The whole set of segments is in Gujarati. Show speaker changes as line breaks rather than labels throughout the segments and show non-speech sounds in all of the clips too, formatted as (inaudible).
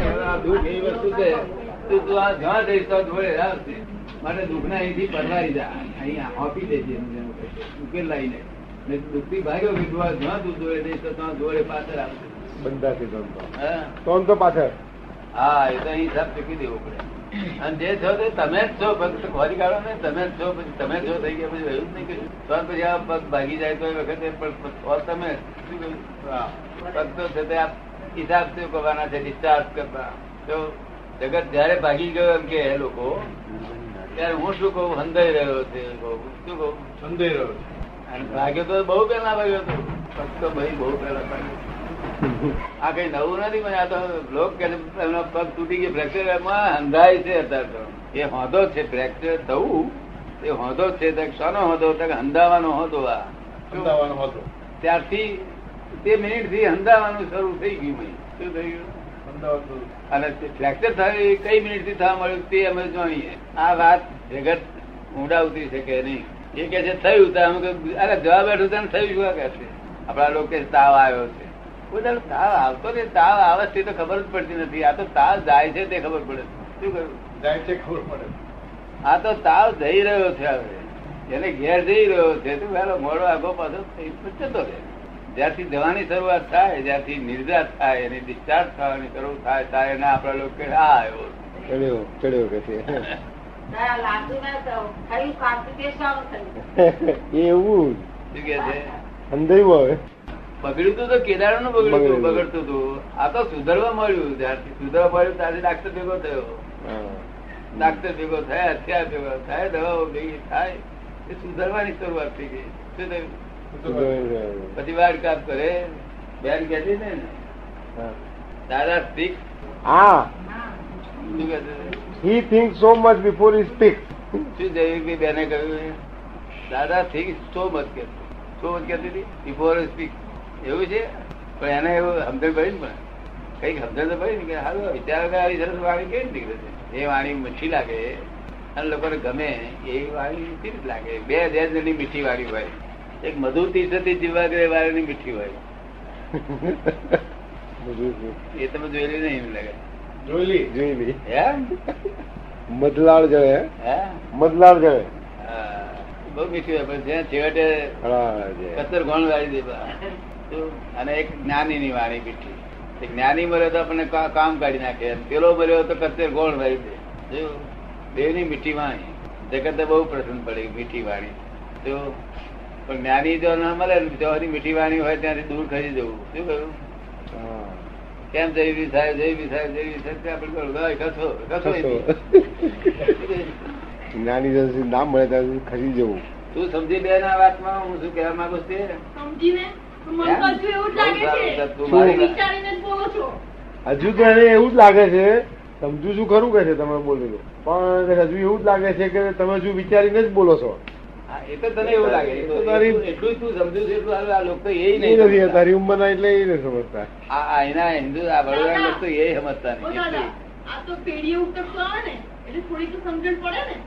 આ દુઃખ એવી વસ્તુ છે તો તું આ જ્યાં જઈશ ત્યાં જોડે આવશે માટે દુઃખને અહીંથી પરવારી જા અહીંયા આપી દેજે એમને એવું કહે. ઉકેલ લાવીને ને દુઃખથી ભાગ્યો વિધવા જ્યાં તું જોડે જઈશ તો ત્યાં જોડે પાછળ આવશે
બંધાશે તોન તો
હા
તોન તો પાછળ
હા એ તો અહીં હિસાબ ચૂકી દેવો પડે અને જે છો તે તમે જ છો ફક્ત ખોરી કાઢો ને તમે જ છો પછી તમે જો થઈ ગયા પછી રહ્યું જ નહીં કશું તો પછી આ પગ ભાગી જાય તો એ વખતે પણ તો તમે શું કહ્યું? હા. ફક્ત છે તે આ હિસાબ શું કરવાના છે ડિસ્ચાર્જ કરવા તો જગત જયારે ભાગી ગયો એમ કે એ લોકો ત્યારે હું શું કહું હંધાઈ રહ્યો છે એમ કહું. શું કહું
સંદેહ રહ્યો
અને ભાગ્યો તો બહુ પહેલા ભાગ્યો હતો ફક્ત ભાઈ બહુ પહેલા ભાગ્યો આ કઈ નવું નથી પણ આ તો લોક કે છે, એમનો પગ તૂટી ગયો ફ્રેક્ચર એમાં અંધાય છે અત્યારે તો એ હોદો છે ફ્રેક્ચર થવું એ હોદો છે તો શાનો હોદો તો કે હંધાવાનો હોદો આ
છે
શું?
સંદાવાનો હતો
ત્યારથી તે મિનિટ થી હંધાવાનું શરૂ થઈ ગયું મય. શું થઈ ગયું
સંદાવાનો હતો.
અને ફ્રેક્ચર થાય એ કઈ મિનિટ થી થવા મળ્યું તે અમે જોઈએ આ વાત જગત ઊંડા ઉતરી શકે નહીં એ કે છે થયું તો અમે કહ્યું, અરે જવા બેઠું તને થયું શું આ કહે છે આપણા લોકો કે તાવ આવ્યો છે કોઈ દાડો તાવ આવતો ને તાવ આવે છે એ તો ખબર જ પડતી નથી આ તો તાવ જાય છે તે ખબર પડે શું કહ્યું
જાય છે ખબર પડે
આ તો તાવ જઈ રહ્યો છે હવે એને ઘેર જઈ રહ્યો છે તો વહેલો મોડો આગો પાછો થઈ જતો રહે જ્યારથી જવાની શરૂઆત થાય જ્યારથી નિર્જાત થાય એની discharge થવાની શરૂ થાય ત્યારે એને આપણા લોકો કહે, આ આવ્યો
ચડ્યો ચડ્યો કે છે
ના, લાગતું ના થયું. થયું constipation થયું.
એ એવું
શું કહે છે
સમજાયું હવે
બગડ્યું તું તો કેદારનું બગડ્યું તું
બગડ્યું.
બગડતું હતું આ તો સુધરવા મળ્યું જ્યારથી સુધરવા મળ્યું ત્યારથી ડાક્ટર ભેગો થયો
હા.
ડાક્ટર ભેગો થાય હથિયાર ભેગો થાય દવાઓ ભેગી થાય એ સુધરવાની શરૂઆત થઈ ગઈ શું થયું
સમજાયું.
પછી વાર કાપ કરે બેન કહેતી ને
હા.
દાદા શીખ
હા
હા.
શું કહે છે?
He think so much before he speak
શું જયવીરભાઈ બેને કહ્યું દાદા થિંક સો મત કે સો મત કહેતી હતી બિફોર સ્પીક એવું છે પણ એને એવું સમજણ પડી ને પણ કઈક સમજણ તો પડી ને કે હારું આ વિચાર વગર આવી સરસ વાણી કેવી નીકળે છે એ વાણી મીઠી લાગે અને લોકોને ગમે એ વાણી મીઠી જ લાગે બે જણની મીઠી વાણી હોય એક મધુર તીર્થથી જીવાગ્રે વાળીની મીઠી હોય
બધું છે.
એ તમે જોયેલી નહીં એમ લાગે
જોઈ લી
જોઈ લી
હે
મધલાળ જળે
હે
મધલાળ જળે
હા. બહુ મીઠી હોય પણ જ્યાં છેવટે
હા, જય.
કતર ગોણ વાળી દે બા. તો અને એક જ્ઞાની ની વાણી બીઠી એક જ્ઞાની મર્યો તો આપણને કા- કામ કાઢી નાખે અને પેલો મર્યો તો કતર ગોણ વાળી દે જો દેવની મીઠી વાણી જગતે બહુ પ્રસન્ન પડે મીઠી વાણી તો પણ જ્ઞાની જો ના મળે ને ત્યાંથી મીઠી વાણી હોય ત્યાંથી દૂર ખસી જવું શું કહ્યું
હા.
કેમ જઈ બી થાય જઈ બી થાય જઈ બી થાય ત્યાં આપણે કહ્યું, "ભાઈ, કશો કશો ય નહીં."
જ્ઞાની જ્યાં સુધી ના મળે ત્યાં સુધી ખસી જવું
તું સમજી લે ને આ વાતમાં હું શું કહેવા માંગુ છું તે?
સમજીને તો મને
એમ?
પાછું એવું જ
બહુ
લાગે
સારું
છે
છે. તું
શું?
મારી વાત-
વિચારીને જ બોલો છો
હજુ તો એને એવું જ લાગે છે સમજુ છું ખરું કે છે તમે બોલેલું પણ હજુ એવું જ લાગે છે કે તમે હજુ વિચારીને જ બોલો છો
હા, એ તો તને એવું લાગે એ તો
તારી-
એટલું તું સમજુ છે એટલું હારું. આ લોકો એ
એ
નહીં
નથી
સમજતા.
તારી ઉંમરના એટલે એ નથી સમજતા
આ આ એના હિન્દુ આ વડોદરાના લોકો એ સમજતા
ઓ
નહીં
દાદા
એટલું.
આ તો પેઢી ઉતરતો આવે ને એટલે થોડી તો સમજણ પડે ને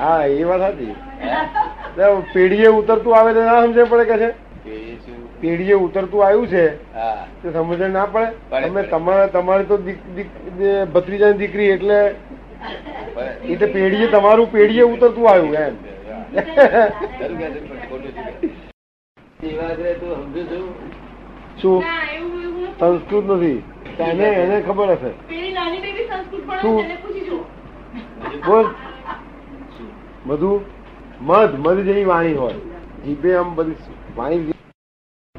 હા એ વાત હતી
હે?
પેઢીએ ઉતરતું આવે તો ના સમજણ પડે કે છે
એ શું?
પેઢીએ ઉતરતું આવ્યું છે
હા
તે સમજણ ના પડે
પડે,
તમે
પડે.
તમારા તમારી તો દીક- દીક- જે ભત્રીજાની દીકરી એટલે
બસ.
એ તો પેઢીએ તમારું પેઢીએ ઉતરતું આવ્યું એમ
હા. ખરું કહે છે, પણ ખોટું શું
ના
કહે છે? એ વાત રે, તું સમજુ છું?
શું
એવું એવું નથી.
સંસ્કૃત નથી તો એને એને ખબર હશે
પેલી નાની બેબી સંસ્કૃત ભણે
શું?
છે, એને પૂછી જુઓ
બોલ મધુ મધ મધ જેવી વાણી હોય જીભે આમ બધી વાણી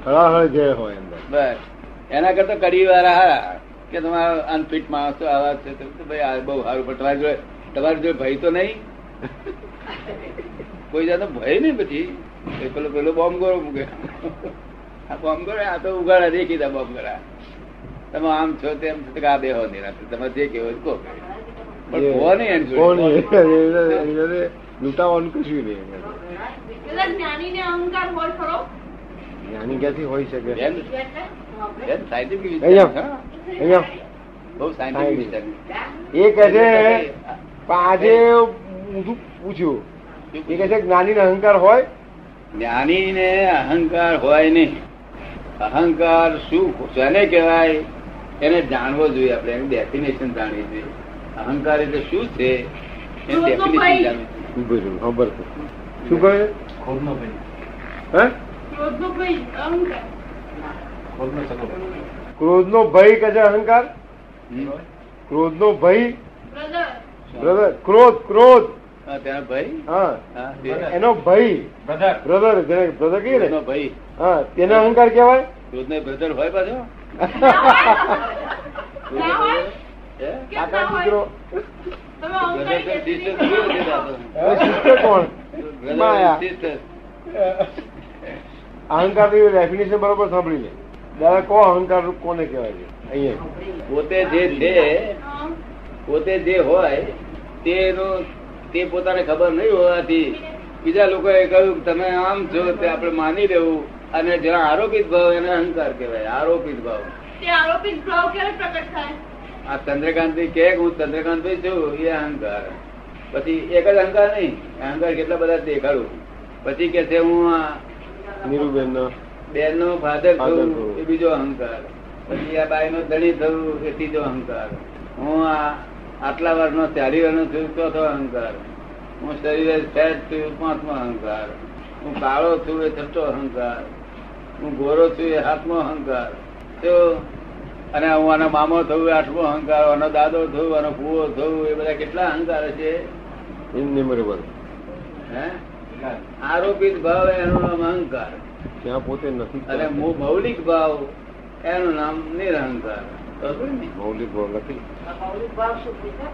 હળાહળ જે હોય અંદર
બસ એના કરતા કડી વાળા હારા કે તમારા અનફિટ માણસ તો આવા છે તો તો ભાઈ આ બહુ સારું પણ તમારી જોડે તમારી જોડે ભય તો
(laughs)
નહીં કોઈ જાતનો ભય નહીં પછી એ પેલો પેલો બોમ્બ ગોળો મૂકે આ બોમ્બ ગોળો આ તો ઉગાડા દેખીતા બોમ્બ ગોળા તમે આમ છો તેમ છો તો કે આ બે હો નિરાંતે. તમે જે કહેવો એ કહો પણ કહો નહીં એની જોડે.
કોણ એ? એને- એને લૂંટાવાનું કશું નહીં
પેલા જ્ઞાનીને અહંકાર હોય ખરો
જ્ઞાની ક્યાંથી હોય શકે
બેન
એટલે
બેન scientific વિચાર છે,
અહીંયા
હા?
અહીંયા
બહુ scientific વિચાર છે.
એ કહે છે પણ આજે ઊંધું પૂછ્યું
શું
એ કહે છે જ્ઞાની અહંકાર હોય
જ્ઞાની ને અહંકાર હોય નહીં અહંકાર શું શેને કહેવાય એને જાણવો જોઈએ આપણે એનું ડેફિનેશન જાણવી જોઈએ અહંકાર એટલે શું છે એનું
રોગનો ભય.
ડેફિનેશન જાણવું
ઊભું રહ્યું, હા, બરાબર. શું કહે
ખોબનો ભાઈ
હે
ક્રોધનો ભય, અહંકાર.
ખોબનો સગો ભાઈ.
ક્રોધનો ભય કહે છે અહંકાર ક્રોધનો ભય
Brother,
બ્રધર ક્રોધ ક્રોધ
હા, તેનો ભય
હા
હા,
બરાબર.
એનો ભય
Brother.
બ્રધર જેને બ્રધર કહીએ
ક્રોધનો
ને
ભય
હા તેને અહંકાર કહેવાય
ક્રોધનો બ્રધર હોય પાછો
ના
(laughs)
હોય?
હે?
કેમ ના
કાકા દીકરો
હોય? તમે
બ્રધર તો
અહંકાર
sister
કેવી
કેવી
રીતે
રીતે
જાણો?
જાતો?
હવે શીખશે કોણ
બ્રધર
માયા.
sister.
અહંકાર ડેફિનેશન બરોબર સાંભળી લે દાદા કહો અહંકાર કોને કહેવાય છે અહીંયા
પોતે જે છે
હા.
પોતે જે હોય તેનો તે પોતાને ખબર નહીં હોવાથી બીજા લોકોએ કહ્યું કે તમે આમ છો તે આપણે માની લેવું અને જરા આરોપિત ભાવ એને અહંકાર કહેવાય આરોપિત ભાવ
તે આરોપી ભાવ ક્યારે પ્રગટ થાય
આ ચંદ્રકાંતભાઈ કહે કે હું ચંદ્રકાંતભાઈ છું એ અહંકાર પછી એક જ અહંકાર નહીં અહંકાર કેટલા બધા દેખાડું પછી કે છે હું આ
નીરુબેન
બેન નો ફાધર
Father
થયું
થયું.
એ બીજો અહંકાર પછી આ બાઈ નો ધણી થયું એ ત્રીજો અહંકાર હું આ આટલા વર્ષનો ચારી વર્ષનો છું ચોથો અહંકાર હું શરીરે ફેટ છું પાંચમો અહંકાર હું કાળો છું એ છઠ્ઠો અહંકાર હું ગોરો છું એ સાતમો અહંકાર તો અને હું આનો મામો થયું એ આઠમો અહંકાર આનો દાદો થયું આનો ફૂવો થયું એ બધા કેટલા અહંકાર છે
ઇનનિમરેબલ
હે
ના.
આરોપિત ભાવ એનો નામ અહંકાર
ત્યાં પોતે નથી
અને મો- મૌલિક ભાવ એનું નામ નિરહંકાર ખબર ને?
મૌલિક ભાવ નથી
મૌલિક ભાવ શું છે સર?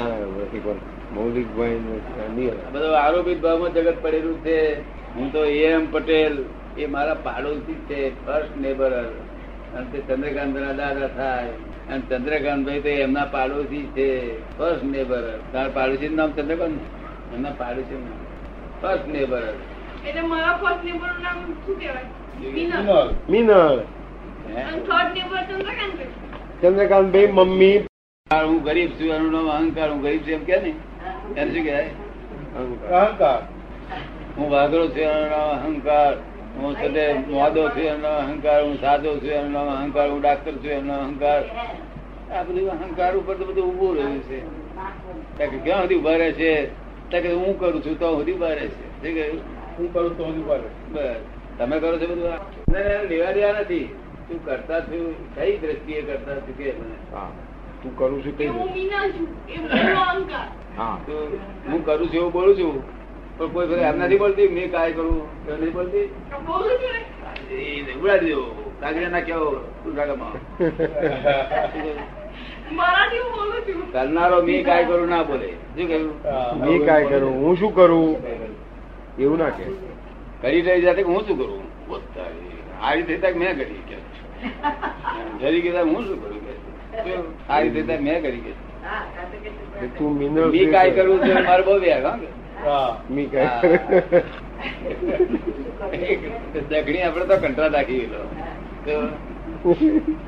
ના ના નથી પણ મૌલિક ભાઈ ને
આ બધો આરોપિત ભાવમાં જગત પડેલું છે હું તો એ એમ પટેલ એ મારા પાડોશી છે ફર્સ્ટ નેબર અને તે ચંદ્રકાંત દાદા થાય અને ચંદ્રકાંતભાઈ તો એમના પાડોશી છે ફર્સ્ટ નેબર તારા પાડોશી નામ ચંદ્રકાંત એમના પાડોશી ફર્સ્ટ નેબર
એટલે મારા ફર્સ્ટ નેબરનું નામ શું કહેવાય મિનલ.
વિનોદ.
મિનળ
અને થર્ડ નેબર ચંદ્રકાંત ભાઈ.
ચંદ્રકાંત ભાઈ મમ્મી
હું ગરીબ છું એનું નામ અહંકાર હું ગરીબ છું એમ કે ને એને શું કહેવાય
અહંકાર.
અહંકાર
હું વાઘરો છું એનો નામ અહંકાર હું સદે મોદો છું એનો નામ અહંકાર હું સાધો છું એનો નામ અહંકાર હું ડાક્ટર છું એનો નામ અહંકાર આ બધું અહંકાર ઉપર તો બધું ઊભું રહ્યું છે ત્યાં કે ક્યાં સુધી ઉભા રહે છે ત્યાં કે હું કરું છું તો સુધી ઉભા રહે છે શું કહ્યું?
હું કરું તો હજુ પાડે.
બસ તમે કરો છો બધું આ? ના, ના, લેવા દેવા નથી તું કરતા છું કઈ દ્રષ્ટિએ કરતા છું કે મને
હા તું કરું છું
કે
કઈ
હું મિનલ છું એ મારો અહંકાર
હા
તું હું કરું છું એવું બોલું છું પણ કોઈ ફરી એમ નથી બોલતી મેં કાંઈ કરું એવું નથી બોલતી
બોલું છું ને
એ ઉડાડી દેવો કાગડા ના કેવો તું ઢાકામાં.
મરાઠી હું બોલું છું
કરનારો મેં કાંઈ કરું ના બોલે શું કહ્યું
હા,
મેં કાંઈ કરું હું શું કરું એવું ના કે
કરી રહી જાતે કે હું શું કરું પોતાની. આ રીતે થાય કે મેં કરી કે જરી કહેતા હું શું કરું કે આ રીતે થાય મેં કરી કે
હા, કાં તો કે શું કરે?
કે તું મિનળ
મેં કાંઈ કરવું છે મારે બહુ વ્યાગ હા કે?
હા.
મેં કાંઈ કરું.
શું કરે?
દગણી આપણે તો કંટાળ રાખી ગયેલો તો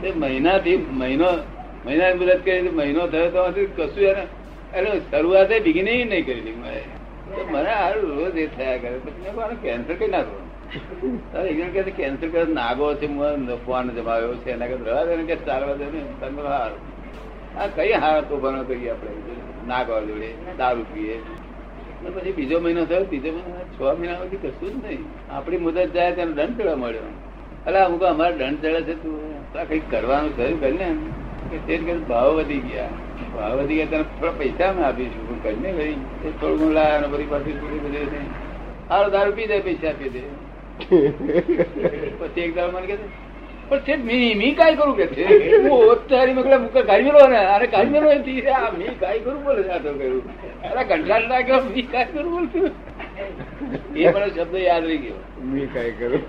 તે મહિનાથી મહિનો મહિના મુદત કરી તો મહિનો થયો તો હજી કશું એને એટલે શરૂઆતે બિગિનિંગ નહીં કરેલી મારે તો મને હારું રોજ એ થયા કરે પછી મેં મારું કેન્સર કઈ નાખો તારે એક જણ કહે છે કેન્સર કરે નાગો છે મને ફોન જમાવ્યો છે એના કરતા રવા દે ને કે ચાલવા દે ને તમે હારું આ કઈ હાર તોફાનો કરીએ આપણે નાગો જોડે દારૂ પીએ અને પછી બીજો મહિનો થયો ત્રીજો મહિનો થયો, છ મહિના પછી કશું જ નહીં આપણી મુદત જાય ત્યારે દંડ ચડવા મળ્યો એટલે હું કહું અમારે દંડ ચડે છે તું આ કંઈક કરવાનું થયું કરી ને કે તે જ કહ્યું, ભાવ વધી ગયા ભાવ વધી ગયા તને થોડા પૈસા અમે આપીશું પણ કરીને ભાઈ એ થોડું ઘણું લાયા અને બધી પાછી થોડી બધી હતી. હારો દારૂ પી જાય પૈસા આપી દે પછી એક દાડો મને કહે છે, પણ છે મી મી કાંઈ કરું કે છે હું ઓતારી મગલે મુકા કાઢી મેલો ને અરે કાઢી મેલો એથી આ મી કાંઈ કરું બોલે છે આ તો કર્યું અરે કંટાળ ના ગયો મી કાંઈ કરું બોલતું એ મને શબ્દ યાદ રહી ગયો
મેં કાંઈ કરું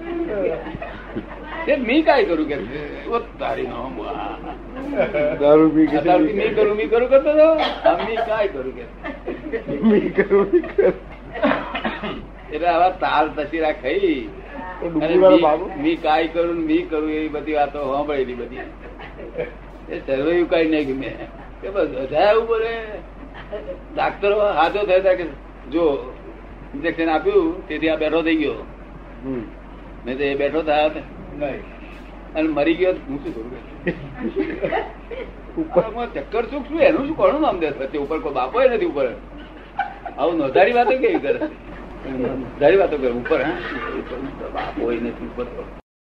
છે મી કાંઈ કરું કે છે ઓતારી નો વાહ.
દારૂ પી કે
અત્યારથી મી કરું મી કરું કરતો હતો આ મી કાંઈ કરું કે છે.
મેં કરું મેં કરું.
એટલે આવા તાલ તસીરા ખાઈ
એ
અરે
ડુંગળીવાળો બાબુ
મી- મી કાંઈ કરું ને મી કરું એવી બધી વાતો સાંભળેલી બધી એ સર્વે કઈ નહીં કે મેં કે બસ બધા એવું બોલે ડાક્ટરો હાથો થયા હતા કે જો ઇન્જેક્શન આપ્યું તેથી આ બેઠો થઈ ગયો
હમ.
નહીં તો એ બેઠો થયા હતા
નહીં.
અને મરી ગયો તો હું શું કરું
ઉપર
આમાં ચક્કર સુખ શું એનું શું કોનું નામ દે છે ઉપર કોઈ બાપો ય નથી ઉપર આવું નોંધારી વાતો કેવી કરે નોંધારી વાતો કરે ઉપર હા બાપો ય નથી ઉપર